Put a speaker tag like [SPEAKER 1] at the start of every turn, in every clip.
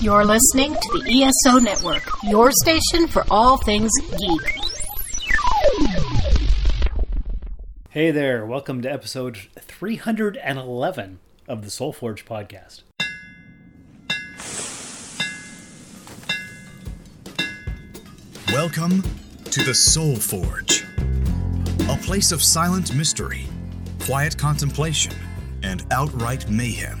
[SPEAKER 1] You're listening to the ESO Network, your station for all things geek.
[SPEAKER 2] Hey there, welcome to episode 311 of the Soul Forge podcast.
[SPEAKER 3] Welcome to the Soul Forge, a place of silent mystery, quiet contemplation, and outright mayhem.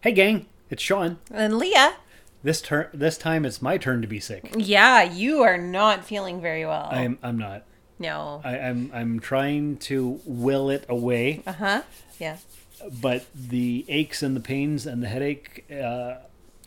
[SPEAKER 2] Hey gang, it's Sean.
[SPEAKER 4] And Leah,
[SPEAKER 2] This turn this time it's my turn to be sick.
[SPEAKER 4] yeah, you are not feeling very well.
[SPEAKER 2] I'm I'm not.
[SPEAKER 4] no.
[SPEAKER 2] I, I'm I'm trying to will it away,
[SPEAKER 4] Uh huh. Yeah.
[SPEAKER 2] but the aches and the pains and the headache uh,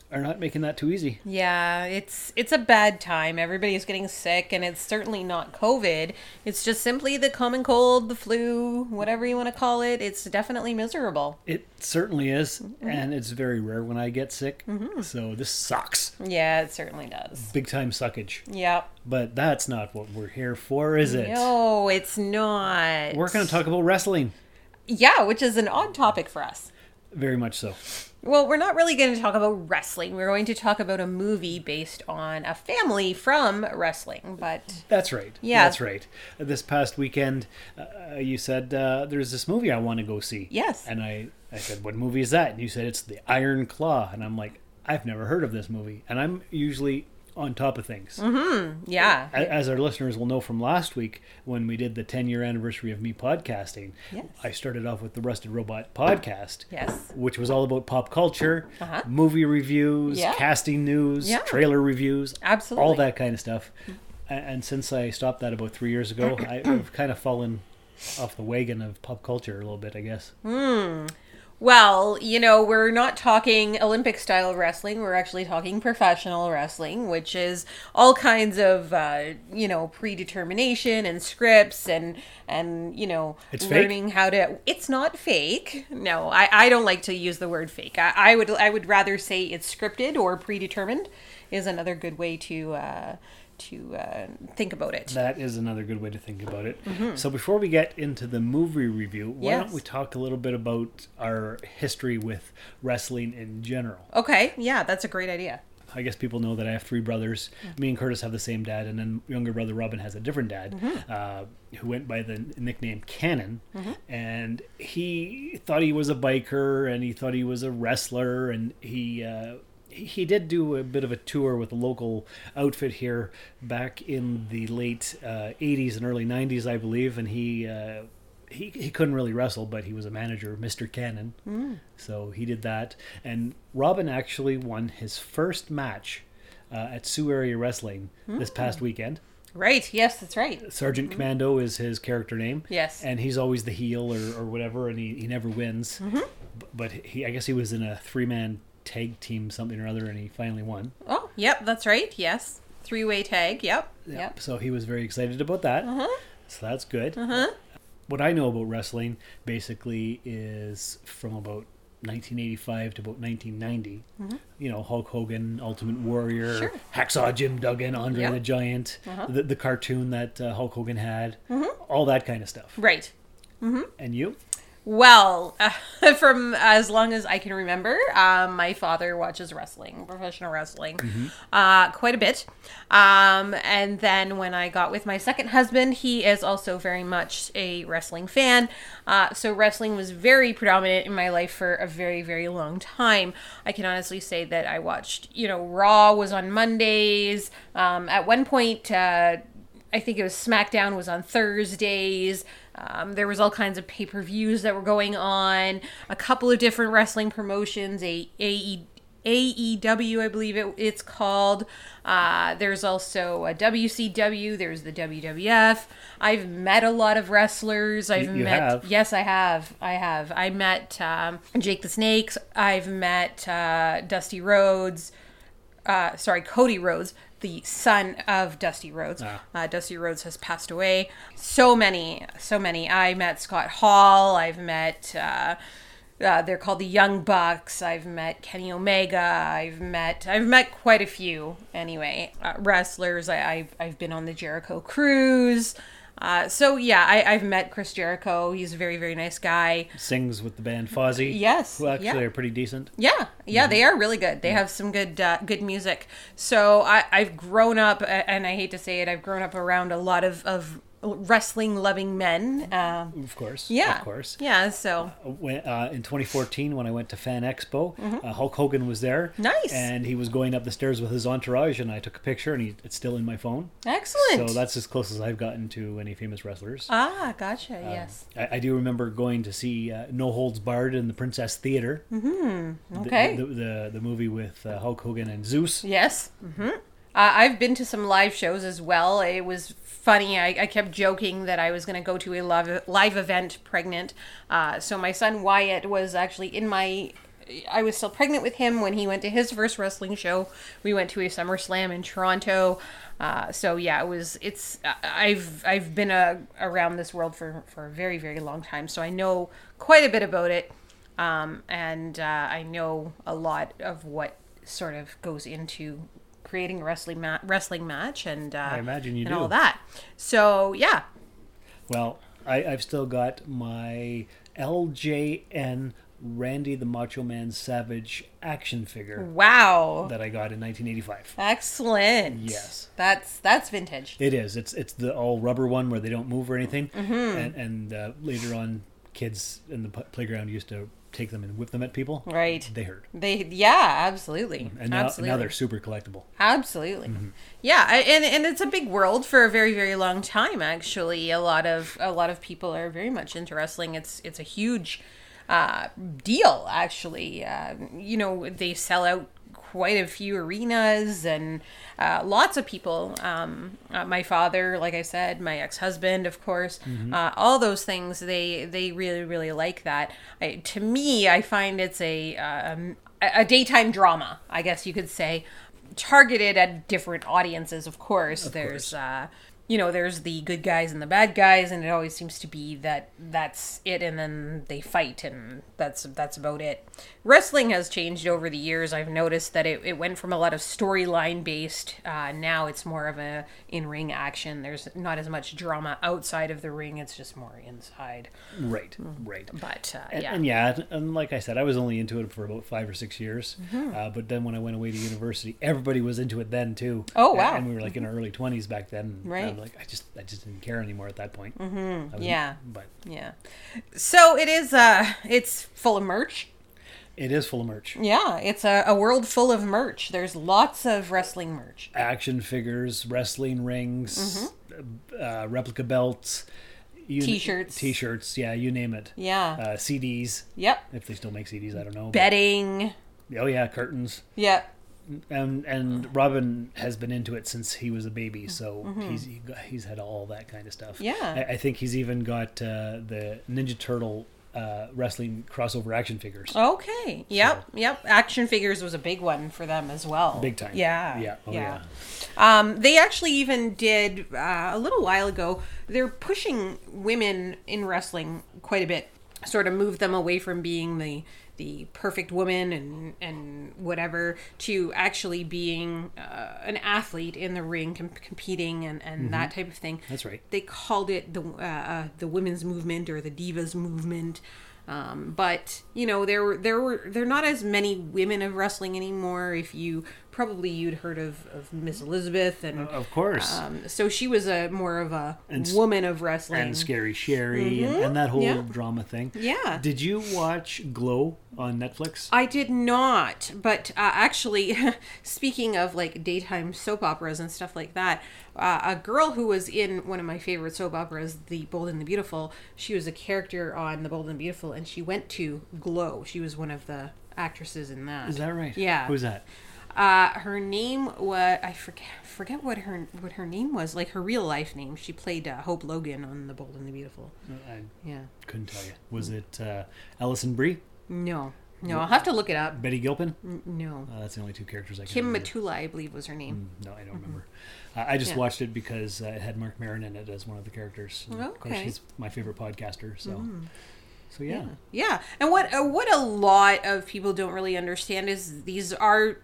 [SPEAKER 2] are not making that too easy.
[SPEAKER 4] Yeah, it's it's a bad time. Everybody's getting sick and it's certainly not COVID. It's just simply the common cold, the flu, whatever you want to call it. It's definitely miserable.
[SPEAKER 2] It certainly is,
[SPEAKER 4] Mm-hmm.
[SPEAKER 2] and it's very rare when I get sick. So this sucks.
[SPEAKER 4] Yeah, it certainly does.
[SPEAKER 2] Big time suckage.
[SPEAKER 4] Yep.
[SPEAKER 2] But that's not what we're here for, is it?
[SPEAKER 4] No, it's not.
[SPEAKER 2] We're going to talk about wrestling.
[SPEAKER 4] Yeah, which is an odd topic for us.
[SPEAKER 2] Very much so.
[SPEAKER 4] Well, we're not really going to talk about wrestling. We're going to talk about a movie based on a family from wrestling, but
[SPEAKER 2] That's right.
[SPEAKER 4] Yeah.
[SPEAKER 2] That's right. This past weekend, uh, you said, uh, there's this movie I want to go see.
[SPEAKER 4] Yes.
[SPEAKER 2] And I, I said, what movie is that? And you said, it's The Iron Claw. And I'm like, I've never heard of this movie. And I'm usually on top of things.
[SPEAKER 4] yeah.
[SPEAKER 2] A- As our listeners will know from last week, when we did the 10 year anniversary of me podcasting,
[SPEAKER 4] Yes.
[SPEAKER 2] I started off with the Rusted Robot podcast,
[SPEAKER 4] Yes.
[SPEAKER 2] which was all about pop culture,
[SPEAKER 4] Uh-huh.
[SPEAKER 2] movie reviews,
[SPEAKER 4] Yeah.
[SPEAKER 2] casting news,
[SPEAKER 4] Yeah.
[SPEAKER 2] trailer reviews, all
[SPEAKER 4] Absolutely.
[SPEAKER 2] that kind of stuff. A- And since I stopped that about three years ago, I- I've kind of fallen off the wagon of pop culture a little bit, I guess.
[SPEAKER 4] Well, you know, we're not talking Olympic style wrestling. We're actually talking professional wrestling, which is all kinds of, uh, you know, predetermination and scripts and, and you know,
[SPEAKER 2] It's fake?
[SPEAKER 4] learning how to. It's not fake. No, I, I don't like to use the word fake. I, I would I would rather say it's scripted or predetermined is another good way to uh, to uh, think about it.
[SPEAKER 2] That is another good way to think about it. So before we get into the movie review, why don't
[SPEAKER 4] Yes.
[SPEAKER 2] we talk a little bit about our history with wrestling in general?
[SPEAKER 4] Okay, yeah, that's a great idea.
[SPEAKER 2] I guess people know that I have three brothers. Me and Curtis have the same dad, and then younger brother Robin has a different dad, uh, who went by the nickname Cannon. And he thought he was a biker, and he thought he was a wrestler, and he. Uh, he- he did do a bit of a tour with a local outfit here back in the late uh, 80s and early 90s, I believe, and he uh, he, he couldn't really wrestle, but he was a manager, Mr. Cannon. So he did that. And Robin actually won his first match uh, at Sioux Area Wrestling this past weekend.
[SPEAKER 4] Right? Yes, that's right.
[SPEAKER 2] Sergeant Commando is his character name.
[SPEAKER 4] Yes.
[SPEAKER 2] And he's always the heel or, or whatever, and he, he never wins. B- But he, I guess he was in a three man tag team, something or other, and he finally won.
[SPEAKER 4] Oh, yep, that's right. Yes. Three way tag. Yep. Yep.
[SPEAKER 2] So he was very excited about that.
[SPEAKER 4] Uh-huh.
[SPEAKER 2] So that's good. What I know about wrestling basically is from about 1985 to about 1990. You know, Hulk Hogan, Ultimate Warrior,
[SPEAKER 4] Mm-hmm. Sure. Uh-huh.
[SPEAKER 2] Hacksaw Jim Duggan, Andre
[SPEAKER 4] Yeah.
[SPEAKER 2] the Giant, the, the cartoon that uh, Hulk Hogan had,
[SPEAKER 4] Mm-hmm.
[SPEAKER 2] all that kind of stuff.
[SPEAKER 4] Right.
[SPEAKER 2] And you?
[SPEAKER 4] Well, uh, from as long as I can remember, um, my father watches wrestling, professional wrestling, uh, quite a bit. Um, and then when I got with my second husband, he is also very much a wrestling fan. Uh, so wrestling was very predominant in my life for a very, very long time. I can honestly say that I watched, you know, Raw was on Mondays. Um, at one point, uh, I think it was SmackDown was on Thursdays. Um, there was all kinds of pay per views that were going on. A couple of different wrestling promotions, a AE AEW, I believe it, it's called. Uh, there's also a WCW. There's the WWF. I've met a lot of wrestlers. I've
[SPEAKER 2] you
[SPEAKER 4] met
[SPEAKER 2] have?
[SPEAKER 4] yes, I have. I have. I met um, Jake the Snakes. I've met uh, Dusty Rhodes uh, sorry, Cody Rhodes, the son of Dusty Rhodes. Uh, Dusty Rhodes has passed away. So many, so many. I met Scott Hall. I've met. Uh, uh, they're called the Young Bucks. I've met Kenny Omega. I've met I've met quite a few anyway uh, wrestlers. I, I've I've been on the Jericho cruise. Uh, so yeah, I, I've met Chris Jericho. He's a very very nice guy.
[SPEAKER 2] Sings with the band Fozzy.
[SPEAKER 4] Yes,
[SPEAKER 2] Who actually
[SPEAKER 4] yeah.
[SPEAKER 2] are pretty decent.
[SPEAKER 4] Yeah, yeah, they are really good. They have some good uh, good music. So I, I've grown up, a- and I hate to say it, I've grown up around a lot of of wrestling loving men. Uh,
[SPEAKER 2] Of course.
[SPEAKER 4] yeah,
[SPEAKER 2] Of course.
[SPEAKER 4] Yeah, so
[SPEAKER 2] when, uh, in 2014 when I went to Fan Expo. Uh, Hulk Hogan was there.
[SPEAKER 4] Mm-hmm. Nice.
[SPEAKER 2] And he was going up the stairs with his entourage, and I took a picture, and he, it's still in my phone.
[SPEAKER 4] excellent.
[SPEAKER 2] So that's as close as I've gotten to any famous wrestlers.
[SPEAKER 4] ah, gotcha.
[SPEAKER 2] Um,
[SPEAKER 4] yes.
[SPEAKER 2] I, I do remember going to see uh, No Holds Barred in the Princess Theater. Mm-hmm.
[SPEAKER 4] Okay.
[SPEAKER 2] The, the, the, the movie with uh, Hulk Hogan and Zeus.
[SPEAKER 4] Yes. hmm Uh, I've been to some live shows as well. It was funny. I, I kept joking that I was going to go to a live, live event pregnant. Uh, so my son Wyatt was actually in my. I was still pregnant with him when he went to his first wrestling show. We went to a SummerSlam in Toronto. Uh, so yeah, it was. It's. I- I've I've been uh, around this world for for a very very long time, so I know quite a bit about it um, and uh, I know a lot of what sort of goes into creating a wrestling ma- wrestling match and uh, I
[SPEAKER 2] imagine you
[SPEAKER 4] and
[SPEAKER 2] do.
[SPEAKER 4] all that. So yeah,
[SPEAKER 2] Well, I, I've still got my LJN Randy the Macho Man Savage action
[SPEAKER 4] Hmm.
[SPEAKER 2] figure
[SPEAKER 4] wow,
[SPEAKER 2] that I got in 1985.
[SPEAKER 4] excellent.
[SPEAKER 2] Yes.
[SPEAKER 4] that's that's vintage.
[SPEAKER 2] It is. It's it's the all rubber one where they don't move or anything.
[SPEAKER 4] Mm-hmm.
[SPEAKER 2] And, and uh, later on, kids in the p- playground used to take them and whip them at people.
[SPEAKER 4] Right.
[SPEAKER 2] They hurt.
[SPEAKER 4] They yeah, absolutely,
[SPEAKER 2] And now,
[SPEAKER 4] absolutely.
[SPEAKER 2] now they're super collectible.
[SPEAKER 4] Absolutely. Yeah, I- and and it's a big world for a very very long time actually. A lot of a lot of people are very much into wrestling. It's it's a huge uh deal actually. Uh, you know, they sell out quite a few arenas and uh, lots of people um uh, my father like i said my ex-husband of course uh, all those things they they really really like that I, to me i find it's a um, a a daytime drama i guess you could say targeted at different audiences of course there's uh you know there's the good guys and the bad guys and it always seems to be that that's it and then they fight and that's that's about it wrestling has changed over the years i've noticed that it, it went from a lot of storyline based uh, now it's more of a in-ring action there's not as much drama outside of the ring it's just more inside
[SPEAKER 2] Right. Right.
[SPEAKER 4] but uh,
[SPEAKER 2] And-
[SPEAKER 4] yeah
[SPEAKER 2] And yeah, and- and like I said, I was only into it for about five or six years.
[SPEAKER 4] Mm-hmm.
[SPEAKER 2] Uh, but then when I went away to university, everybody was into it then too.
[SPEAKER 4] Oh,
[SPEAKER 2] And-
[SPEAKER 4] wow.
[SPEAKER 2] And we were like in our early twenties back then. And
[SPEAKER 4] Right. Mm-hmm.
[SPEAKER 2] I'm like, I just, I just didn't care anymore at that point. I was-
[SPEAKER 4] Yeah.
[SPEAKER 2] But
[SPEAKER 4] yeah so it is uh it's full of merch
[SPEAKER 2] it is full of merch.
[SPEAKER 4] Yeah, it's a, a world full of merch. There's lots of wrestling merch.
[SPEAKER 2] action figures, wrestling rings, uh, replica belts, you,
[SPEAKER 4] T-shirts.
[SPEAKER 2] t-shirts, yeah, you name it.
[SPEAKER 4] Yeah.
[SPEAKER 2] Uh, CDs,
[SPEAKER 4] yep.
[SPEAKER 2] if they still make CDs, I don't know. but-
[SPEAKER 4] Bedding.
[SPEAKER 2] oh yeah, curtains.
[SPEAKER 4] Yep.
[SPEAKER 2] And and Robin has been into it since he was a baby, so he's he got- he's had all that kind of stuff.
[SPEAKER 4] Mm-hmm. Yeah.
[SPEAKER 2] I, I think he's even got uh, the Ninja Turtle uh, wrestling crossover action figures.
[SPEAKER 4] Okay. Yep. Yep. Action figures was a big one for them as well.
[SPEAKER 2] Big time.
[SPEAKER 4] Yeah.
[SPEAKER 2] Yeah. Oh, yeah.
[SPEAKER 4] Um, they actually even did uh, a little while ago. They're pushing women in wrestling quite a bit, sort of move them away from being the the perfect woman and and whatever to actually being uh, an athlete in the ring, com- competing and and that type of thing.
[SPEAKER 2] Mm-hmm. That's right.
[SPEAKER 4] They called it the uh, uh, the women's movement or the divas movement. Um, but you know there were there were there are not as many women of wrestling anymore. If you probably you'd heard of, of Miss Elizabeth and
[SPEAKER 2] Uh, Of course.
[SPEAKER 4] um, so she was a more of a
[SPEAKER 2] s-
[SPEAKER 4] woman of wrestling.
[SPEAKER 2] and Scary Sherry and, and that whole
[SPEAKER 4] Mm-hmm. Yeah.
[SPEAKER 2] drama thing.
[SPEAKER 4] Yeah.
[SPEAKER 2] Did you watch Glow on Netflix?
[SPEAKER 4] I did not, but uh, actually, speaking of like daytime soap operas and stuff like that, uh, a girl who was in one of my favorite soap operas, The Bold and the Beautiful, she was a character on The Bold and the Beautiful, and she went to Glow. She was one of the actresses in that.
[SPEAKER 2] Is that right?
[SPEAKER 4] Yeah.
[SPEAKER 2] Who's that?
[SPEAKER 4] Uh, her name was I forget forget what her what her name was like her real life name. She played uh, Hope Logan on The Bold and the Beautiful.
[SPEAKER 2] I
[SPEAKER 4] Yeah.
[SPEAKER 2] couldn't tell you. Was it uh, Alison Brie?
[SPEAKER 4] No. No, I'll have to look it up.
[SPEAKER 2] Betty Gilpin?
[SPEAKER 4] N- No.
[SPEAKER 2] Mm. Uh, that's the only two characters I can
[SPEAKER 4] Mm. Kim
[SPEAKER 2] remember.
[SPEAKER 4] Matula, I believe, was her name.
[SPEAKER 2] No, I don't remember. Uh, I just
[SPEAKER 4] Yeah.
[SPEAKER 2] watched it because uh, it had Mark Maron in it as one of the characters. And Of course,
[SPEAKER 4] Okay. Mm.
[SPEAKER 2] he's my favorite podcaster. So, so yeah.
[SPEAKER 4] Yeah, and what uh, what a lot of people don't really understand is these are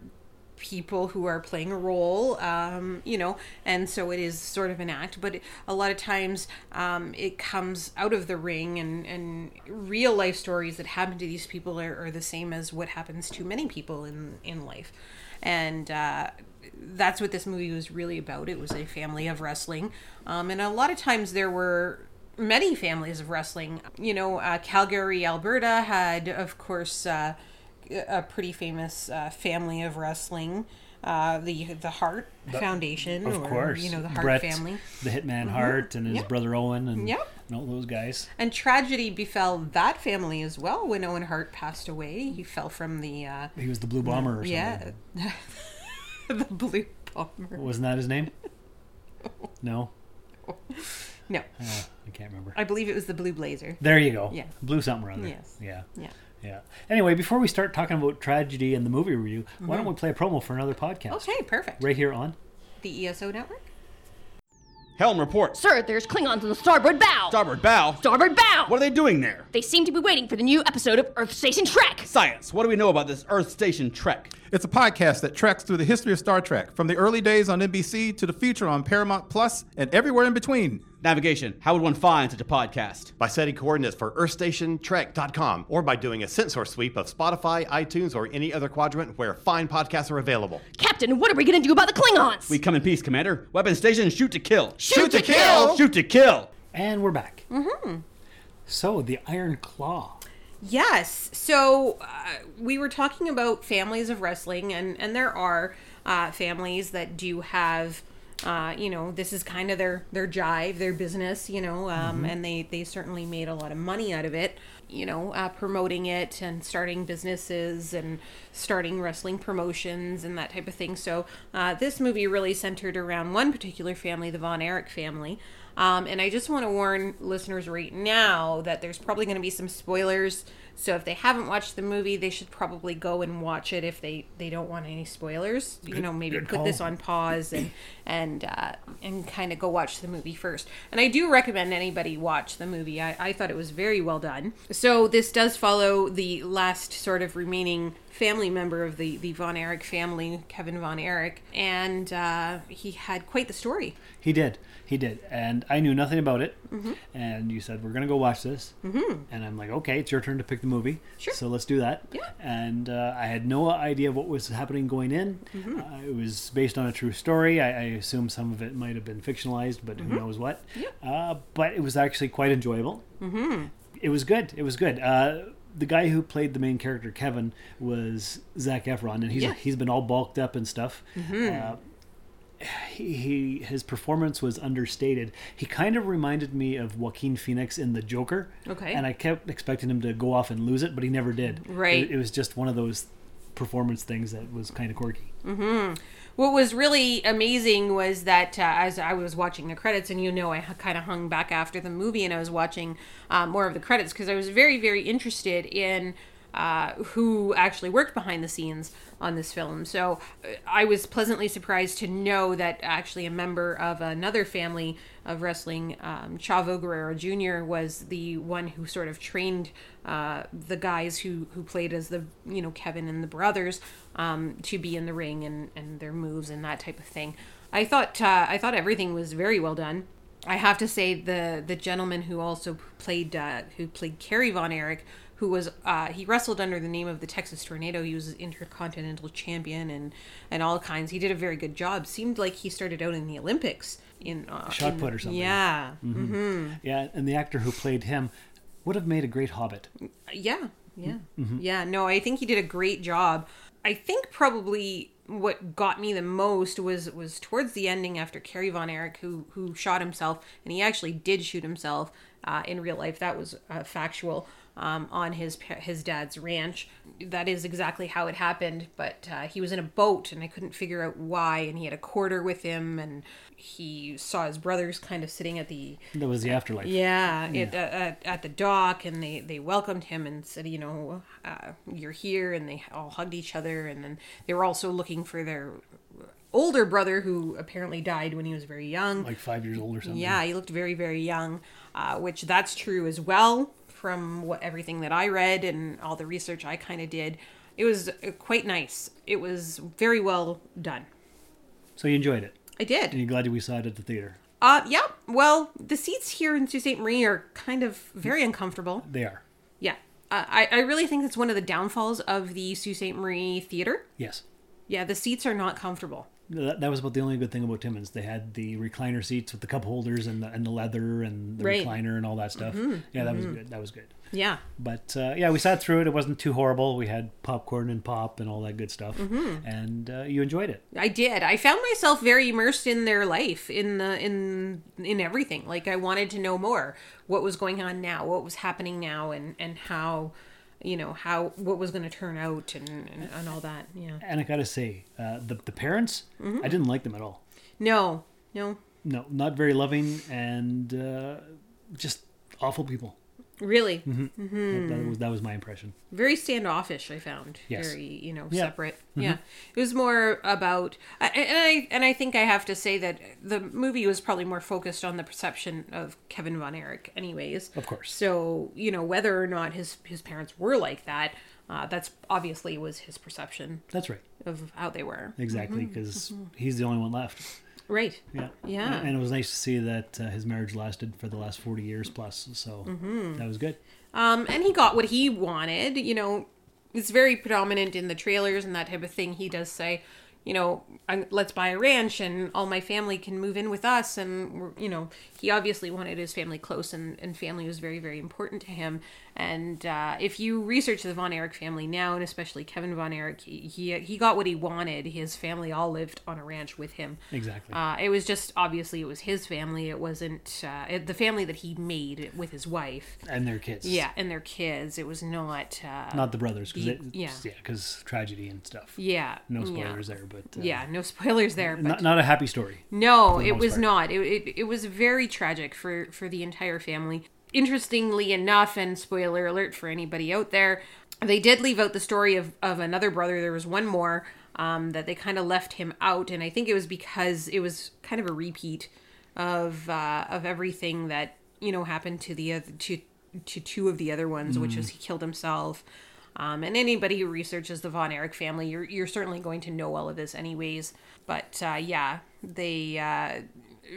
[SPEAKER 4] people who are playing a role, um, you know, and so it is sort of an act. But it- a lot of times, um, it comes out of the ring, and and real life stories that happen to these people are, are the same as what happens to many people in in life, and. Uh, that's what this movie was really about. It was a family of wrestling, um, and a lot of times there were many families of wrestling. You know, uh, Calgary, Alberta had, of course, uh, a pretty famous uh, family of wrestling, uh, the the Hart Foundation,
[SPEAKER 2] Of
[SPEAKER 4] or,
[SPEAKER 2] course.
[SPEAKER 4] you know the Hart
[SPEAKER 2] Brett,
[SPEAKER 4] family. Mm-hmm.
[SPEAKER 2] The Hitman Hart and his
[SPEAKER 4] Yeah.
[SPEAKER 2] brother Owen and,
[SPEAKER 4] Yeah.
[SPEAKER 2] and all those guys.
[SPEAKER 4] And tragedy befell that family as well when Owen Hart passed away. He fell from the uh,
[SPEAKER 2] He was the Blue Bomber or something.
[SPEAKER 4] yeah, the blue bomber.
[SPEAKER 2] Wasn't that his name? No?
[SPEAKER 4] No,
[SPEAKER 2] Uh, I can't remember.
[SPEAKER 4] I believe it was the blue blazer.
[SPEAKER 2] There you go.
[SPEAKER 4] Yeah.
[SPEAKER 2] Blue something or other.
[SPEAKER 4] Yes.
[SPEAKER 2] Yeah.
[SPEAKER 4] Yeah.
[SPEAKER 2] Yeah. Anyway, before we start talking about tragedy and the movie review, why don't we play a promo for another podcast?
[SPEAKER 4] Mm-hmm. Okay, perfect.
[SPEAKER 2] Right here on
[SPEAKER 4] The ESO network.
[SPEAKER 5] Helm reports.
[SPEAKER 6] Sir, there's Klingons on the starboard bow!
[SPEAKER 5] Starboard bow.
[SPEAKER 6] starboard bow!
[SPEAKER 5] What are they doing there?
[SPEAKER 6] They seem to be waiting for the new episode of Earth Station Trek!
[SPEAKER 5] Science. What do we know about this Earth Station trek?
[SPEAKER 7] It's a podcast that tracks through the history of Star Trek, from the early days on NBC to the future on Paramount Plus and everywhere in between.
[SPEAKER 5] Navigation. How would one find such a podcast?
[SPEAKER 8] by setting coordinates for earthstationtrek.com or by doing a sensor sweep of Spotify, iTunes, or any other quadrant where fine podcasts are available.
[SPEAKER 6] Captain, what are we gonna do about the Klingons?
[SPEAKER 5] We come in peace, Commander. Weapon station. Shoot to kill.
[SPEAKER 6] Shoot to kill!
[SPEAKER 5] Shoot to kill.
[SPEAKER 2] And we're back. Mm-hmm. So, the Iron Claw.
[SPEAKER 4] Yes. So uh, we were talking about families of wrestling, and and there are uh, families that do have. Uh, you know, this is kind of their their jive, their business. You know, um, and they they certainly made a lot of money out of it. You know, uh, promoting it and starting businesses and starting wrestling promotions and that type of thing. So uh, this movie really centered around one particular family, the Von Erich family. Um, and I just want to warn listeners right now that there's probably going to be some spoilers. So if they haven't watched the movie, they should probably go and watch it if they, they don't want any spoilers. You know, maybe
[SPEAKER 2] good
[SPEAKER 4] put this
[SPEAKER 2] call.
[SPEAKER 4] on pause and and uh, and kind of go watch the movie first. And I do recommend anybody watch the movie. I, I thought it was very well done. So this does follow the last sort of remaining family member of the the Von Erich family, Kevin Von Erich, and uh, he had quite the story.
[SPEAKER 2] He did. He did. And I knew nothing about it. And you said, we're going to go watch this. Mm-hmm. And I'm like, okay, it's your turn to pick the movie. Sure. So let's do that.
[SPEAKER 4] Yeah.
[SPEAKER 2] And uh, I had no idea what was happening going in. Uh, it was based on a true story. I, I assume some of it might have been fictionalized, but who knows what. Uh, but it was actually quite enjoyable. Mm-hmm. It was good. It was good. Uh, the guy who played the main character, Kevin, was Zach Efron, and he's,
[SPEAKER 4] Yeah. Mm-hmm.
[SPEAKER 2] he's been all bulked up and stuff. Uh, he, he his performance was understated. He kind of reminded me of Joaquin Phoenix in The Joker.
[SPEAKER 4] Okay.
[SPEAKER 2] And I kept expecting him to go off and lose it, but he never did.
[SPEAKER 4] Right.
[SPEAKER 2] It, it was just one of those performance things that was kind of quirky.
[SPEAKER 4] Mm. what was really amazing was that uh, as I was watching the credits, and you know, I kind of hung back after the movie and I was watching uh, more of the credits because I was very, very interested in uh, who actually worked behind the scenes on this film. So uh, I was pleasantly surprised to know that actually a member of another family of wrestling, um, Chavo Guerrero Jr., was the one who sort of trained uh, the guys who who played as the you know Kevin and the brothers um, to be in the ring and and their moves and that type of thing. I thought uh, I thought everything was very well done. I have to say the the gentleman who also played uh, who played Kerry Von Erich, who was uh, he wrestled under the name of the Texas Tornado. He was intercontinental champion and and all kinds. He did a very good job. Seemed like he started out in the Olympics in uh,
[SPEAKER 2] Shot
[SPEAKER 4] in-
[SPEAKER 2] put or something. Mm-hmm.
[SPEAKER 4] Yeah,
[SPEAKER 2] Yeah, and the actor who played him would have made a great hobbit.
[SPEAKER 4] Yeah, yeah, yeah. No, I think he did a great job. I think probably what got me the most was was towards the ending after Kerry Von Erich, who who shot himself, and he actually did shoot himself uh, in real life. That was uh, factual. um, on his pa- his dad's ranch. That is exactly how it happened. But uh, he was in a boat, and I couldn't figure out why. And he had a quarter with him, and he saw his brothers kind of sitting at the
[SPEAKER 2] That was the afterlife.
[SPEAKER 4] yeah, It, uh, at, at the dock, and they, they welcomed him and said, you know, uh, you're here, and they all hugged each other, and then they were also looking for their older brother who apparently died when he was very young.
[SPEAKER 2] Like five years old or something.
[SPEAKER 4] yeah, he looked very very young, uh, which that's true as well from what everything that I read and all the research I kind of did. It was uh, quite nice. It was very well done.
[SPEAKER 2] So you enjoyed it.
[SPEAKER 4] I did.
[SPEAKER 2] And you're glad we saw it at the theater.
[SPEAKER 4] Uh, yeah. Well, the seats here in Sault Ste. Marie are kind of very uncomfortable.
[SPEAKER 2] They are.
[SPEAKER 4] Yeah. Uh, I, I really think that's one of the downfalls of the Sault Ste. Marie Theater.
[SPEAKER 2] Yes.
[SPEAKER 4] Yeah, the seats are not comfortable.
[SPEAKER 2] That, that was about the only good thing about Timmins. They had the recliner seats with the cup holders and the, and the leather and the
[SPEAKER 4] Right.
[SPEAKER 2] recliner and all that stuff. Yeah, that was good. That was good.
[SPEAKER 4] Yeah.
[SPEAKER 2] But uh, yeah, we sat through it. It wasn't too horrible. We had popcorn and pop and all that good stuff. And uh, you enjoyed it.
[SPEAKER 4] I did. I found myself very immersed in their life, in the in in everything. Like I wanted to know more. What was going on now? What was happening now and and how you know how what was going to turn out and, and and all that yeah
[SPEAKER 2] And I got to say, uh, the, the parents, I didn't like them at all.
[SPEAKER 4] no no
[SPEAKER 2] No, not very loving and uh, just awful people.
[SPEAKER 4] really
[SPEAKER 2] That, that was, that was my impression.
[SPEAKER 4] very standoffish i found
[SPEAKER 2] Yes.
[SPEAKER 4] very you know
[SPEAKER 2] Yeah. Mm-hmm.
[SPEAKER 4] separate yeah it was more about I- and i and i think i have to say that the movie was probably more focused on the perception of kevin von erich anyways
[SPEAKER 2] Of course.
[SPEAKER 4] so you know whether or not his his parents were like that uh, that's obviously was his perception
[SPEAKER 2] That's right.
[SPEAKER 4] of how they were
[SPEAKER 2] Exactly. Because he's the only one left.
[SPEAKER 4] right
[SPEAKER 2] Yeah.
[SPEAKER 4] Yeah.
[SPEAKER 2] And it was nice to see that uh, his marriage lasted for the last 40 years plus. So
[SPEAKER 4] Mm-hmm.
[SPEAKER 2] that was good.
[SPEAKER 4] Um, and he got what he wanted. You know, it's very predominant in the trailers and that type of thing. He does say, you know, i let's buy a ranch and all my family can move in with us. And, we're- you know, he obviously wanted his family close and, and family was very, very important to him. And uh, if you research the Von Erich family now, and especially Kevin Von Erich, he, he, he got what he wanted. His family all lived on a ranch with him.
[SPEAKER 2] Exactly.
[SPEAKER 4] Uh, it was just obviously it was his family. It wasn't uh, it, the family that he made with his wife.
[SPEAKER 2] and their kids.
[SPEAKER 4] Yeah, and their kids. It was not. Uh,
[SPEAKER 2] Not the brothers. Cause
[SPEAKER 4] Ye-
[SPEAKER 2] it,
[SPEAKER 4] yeah.
[SPEAKER 2] yeah. Because tragedy and stuff.
[SPEAKER 4] yeah.
[SPEAKER 2] No
[SPEAKER 4] yeah.
[SPEAKER 2] spoilers there, but. Uh,
[SPEAKER 4] Yeah, no spoilers there. But
[SPEAKER 2] Not, not a happy story.
[SPEAKER 4] no,
[SPEAKER 2] the
[SPEAKER 4] it
[SPEAKER 2] most
[SPEAKER 4] was
[SPEAKER 2] part.
[SPEAKER 4] not. It, it it was very tragic for for the entire family. Interestingly enough, and spoiler alert for anybody out there, they did leave out the story of of another brother. There was one more um, that they kind of left him out, and I think it was because it was kind of a repeat of uh, of everything that you know happened to the other to to two of the other ones, which was he killed himself. Um, and anybody who researches the Von Erich family, you're you're certainly going to know all of this, anyways. But uh, yeah, they uh,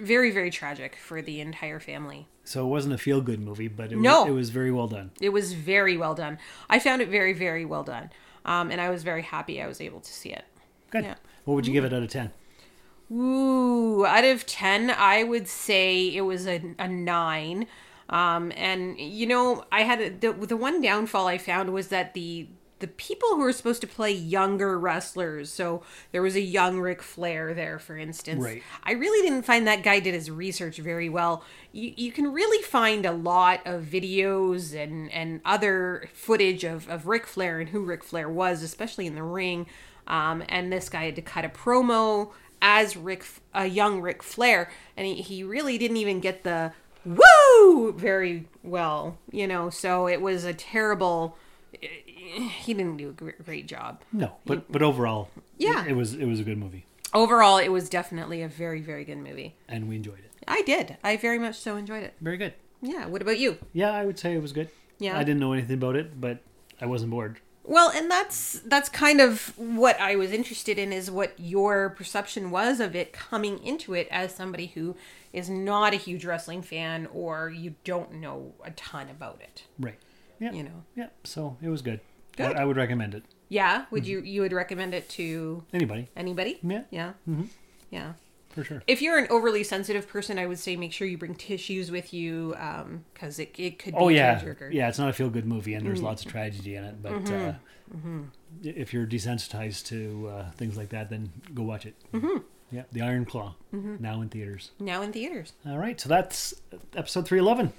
[SPEAKER 4] very very tragic for the entire family.
[SPEAKER 2] So it wasn't a feel good movie, but it,
[SPEAKER 4] No.
[SPEAKER 2] was, it was very well done.
[SPEAKER 4] It was very well done. I found it very very well done, um, and I was very happy I was able to see it.
[SPEAKER 2] Good.
[SPEAKER 4] Yeah.
[SPEAKER 2] What would you give it out of 10?
[SPEAKER 4] Ooh, out of 10, I would say it was a, a 9. Um, and you know, I had a, the, the one downfall I found was that the the people who were supposed to play younger wrestlers, so there was a young Ric Flair there, for instance.
[SPEAKER 2] Right.
[SPEAKER 4] I really didn't find that guy did his research very well. You, you can really find a lot of videos and, and other footage of, of Ric Flair and who Ric Flair was, especially in the ring. Um, and this guy had to cut a promo as Rick, a young Ric Flair, and he, he really didn't even get the woo very well, you know. So it was a terrible. He didn't do a gr- great job.
[SPEAKER 2] No, but but overall,
[SPEAKER 4] Yeah.
[SPEAKER 2] it, it was it was a good movie,
[SPEAKER 4] Overall, it was definitely a very, very good movie.
[SPEAKER 2] and we enjoyed it.
[SPEAKER 4] I did. I very much so enjoyed it.
[SPEAKER 2] Very good.
[SPEAKER 4] Yeah. What about you?
[SPEAKER 2] Yeah, I would say it was good.
[SPEAKER 4] Yeah.
[SPEAKER 2] I didn't know anything about it, but I wasn't bored.
[SPEAKER 4] Well, and that's that's kind of what I was interested in is what your perception was of it coming into it as somebody who is not a huge wrestling fan or you don't know a ton about it.
[SPEAKER 2] Right. Yeah.
[SPEAKER 4] You know.
[SPEAKER 2] Yeah. So it was good.
[SPEAKER 4] Good.
[SPEAKER 2] I, I would recommend it.
[SPEAKER 4] Yeah, would you you would recommend it to
[SPEAKER 2] Anybody,
[SPEAKER 4] anybody?
[SPEAKER 2] Yeah. Mm-hmm.
[SPEAKER 4] Yeah. Yeah.
[SPEAKER 2] for sure.
[SPEAKER 4] If you're an overly sensitive person, I would say make sure you bring tissues with you because it, it could be
[SPEAKER 2] Oh
[SPEAKER 4] a
[SPEAKER 2] yeah,
[SPEAKER 4] tearjerker. Mm-hmm.
[SPEAKER 2] yeah. It's not a feel good movie, and there's lots of tragedy in it. But uh, if you're desensitized to uh, things like that, then go watch it.
[SPEAKER 4] Mm-hmm.
[SPEAKER 2] Yeah, The Iron Claw, now in theaters.
[SPEAKER 4] Now in theaters.
[SPEAKER 2] All right, so that's episode three eleven.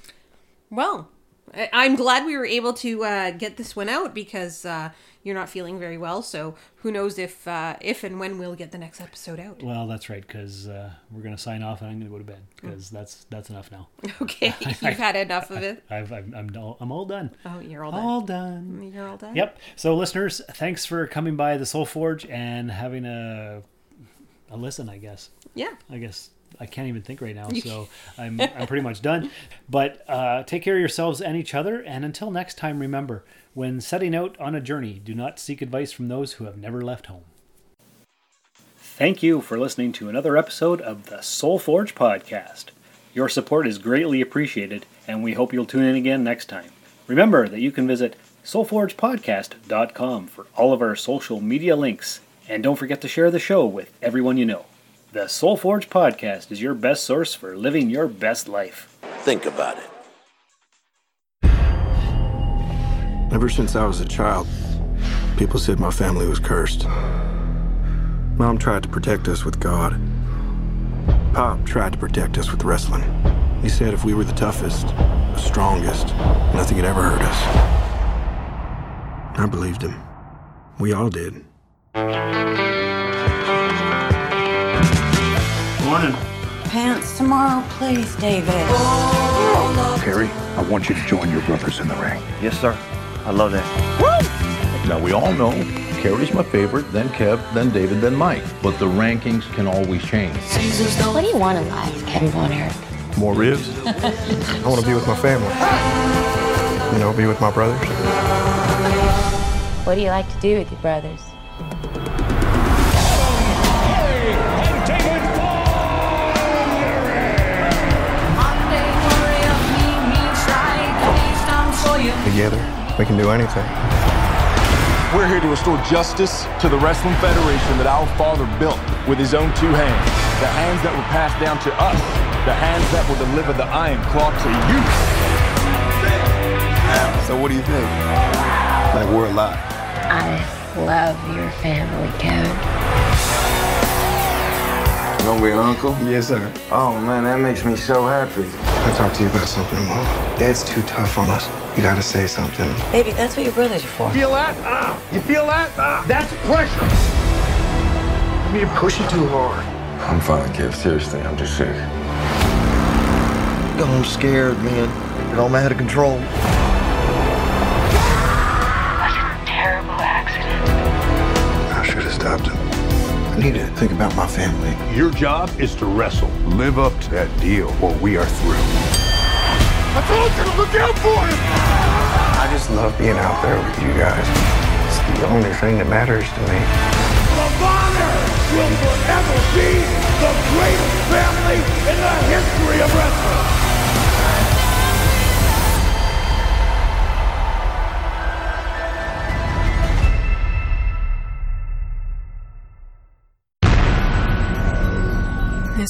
[SPEAKER 4] Well, I- I'm glad we were able to uh, get this one out because uh, you're not feeling very well. So who knows if uh, if and when we'll get the next episode out?
[SPEAKER 2] Well, that's right, because uh, we're gonna sign off, and I'm gonna go to bed
[SPEAKER 4] Mm.
[SPEAKER 2] because that's that's enough now.
[SPEAKER 4] Okay, you've had enough of it.
[SPEAKER 2] I've, I've I'm all, I'm all done.
[SPEAKER 4] Oh, you're all done. Mm-hmm.
[SPEAKER 2] all done.
[SPEAKER 4] You're all done.
[SPEAKER 2] Oh. Yep. So, listeners, thanks for coming by the Soul Forge and having a a listen. I guess.
[SPEAKER 4] Yeah.
[SPEAKER 2] I guess I can't even think right now, so I'm I'm pretty much done. But uh, take care of yourselves and each other, and until next time, remember when setting out on a journey, do not seek advice from those who have never left home. Thank you for listening to another episode of the Soul Forge podcast. Your support is greatly appreciated, and we hope you'll tune in again next time. Remember that you can visit soulforgepodcast.com for all of our social media links, and don't forget to share the show with everyone you know. The Soul Forge podcast is your best source for living your best life.
[SPEAKER 9] Think about it.
[SPEAKER 10] Ever since I was a child, people said my family was cursed. Mom tried to protect us with God. Pop tried to protect us with wrestling. He said if we were the toughest, the strongest, nothing could ever hurt us. I believed him. We all did.
[SPEAKER 2] Morning.
[SPEAKER 11] Pants tomorrow, please, David.
[SPEAKER 10] Terry, I want you to join your brothers in the ring.
[SPEAKER 9] Yes, sir. I love that.
[SPEAKER 10] Now, we all know Carrie's my favorite, then Kev, then David, then Mike. But the rankings can always change.
[SPEAKER 11] What do you want in life, Kevin Von Erich?
[SPEAKER 10] More ribs? I want to be with my family. You know, be with my brothers.
[SPEAKER 11] What do you like to do with your brothers?
[SPEAKER 10] Together, we can do anything.
[SPEAKER 7] We're here to restore justice to the Wrestling Federation that our father built with his own two hands. The hands that were passed down to us, the hands that will deliver the Iron Claw to you.
[SPEAKER 10] So, what do you think? Like, we're alive.
[SPEAKER 11] I love your family, Kevin.
[SPEAKER 10] Gonna be an uncle? Yes, sir. Oh man, that makes me so happy. I talk to you about something, Mom. Dad's too tough on us. You gotta say something.
[SPEAKER 11] Baby, that's what your brothers are for.
[SPEAKER 10] Feel that? Ah, you feel that? Ah, that's pressure. I mean, you're pushing too hard. I'm fine, Kev. Seriously, I'm just sick. I'm scared, man. It all out of control.
[SPEAKER 11] Terrible accident.
[SPEAKER 10] I should have stopped him. I need to think about my family.
[SPEAKER 9] Your job is to wrestle.
[SPEAKER 10] Live up to that deal, or we are through. I told you to look out for him! I just love being out there with you guys. It's the only thing that matters to me. The Bonner will forever be the greatest family in the history of wrestling.
[SPEAKER 1] This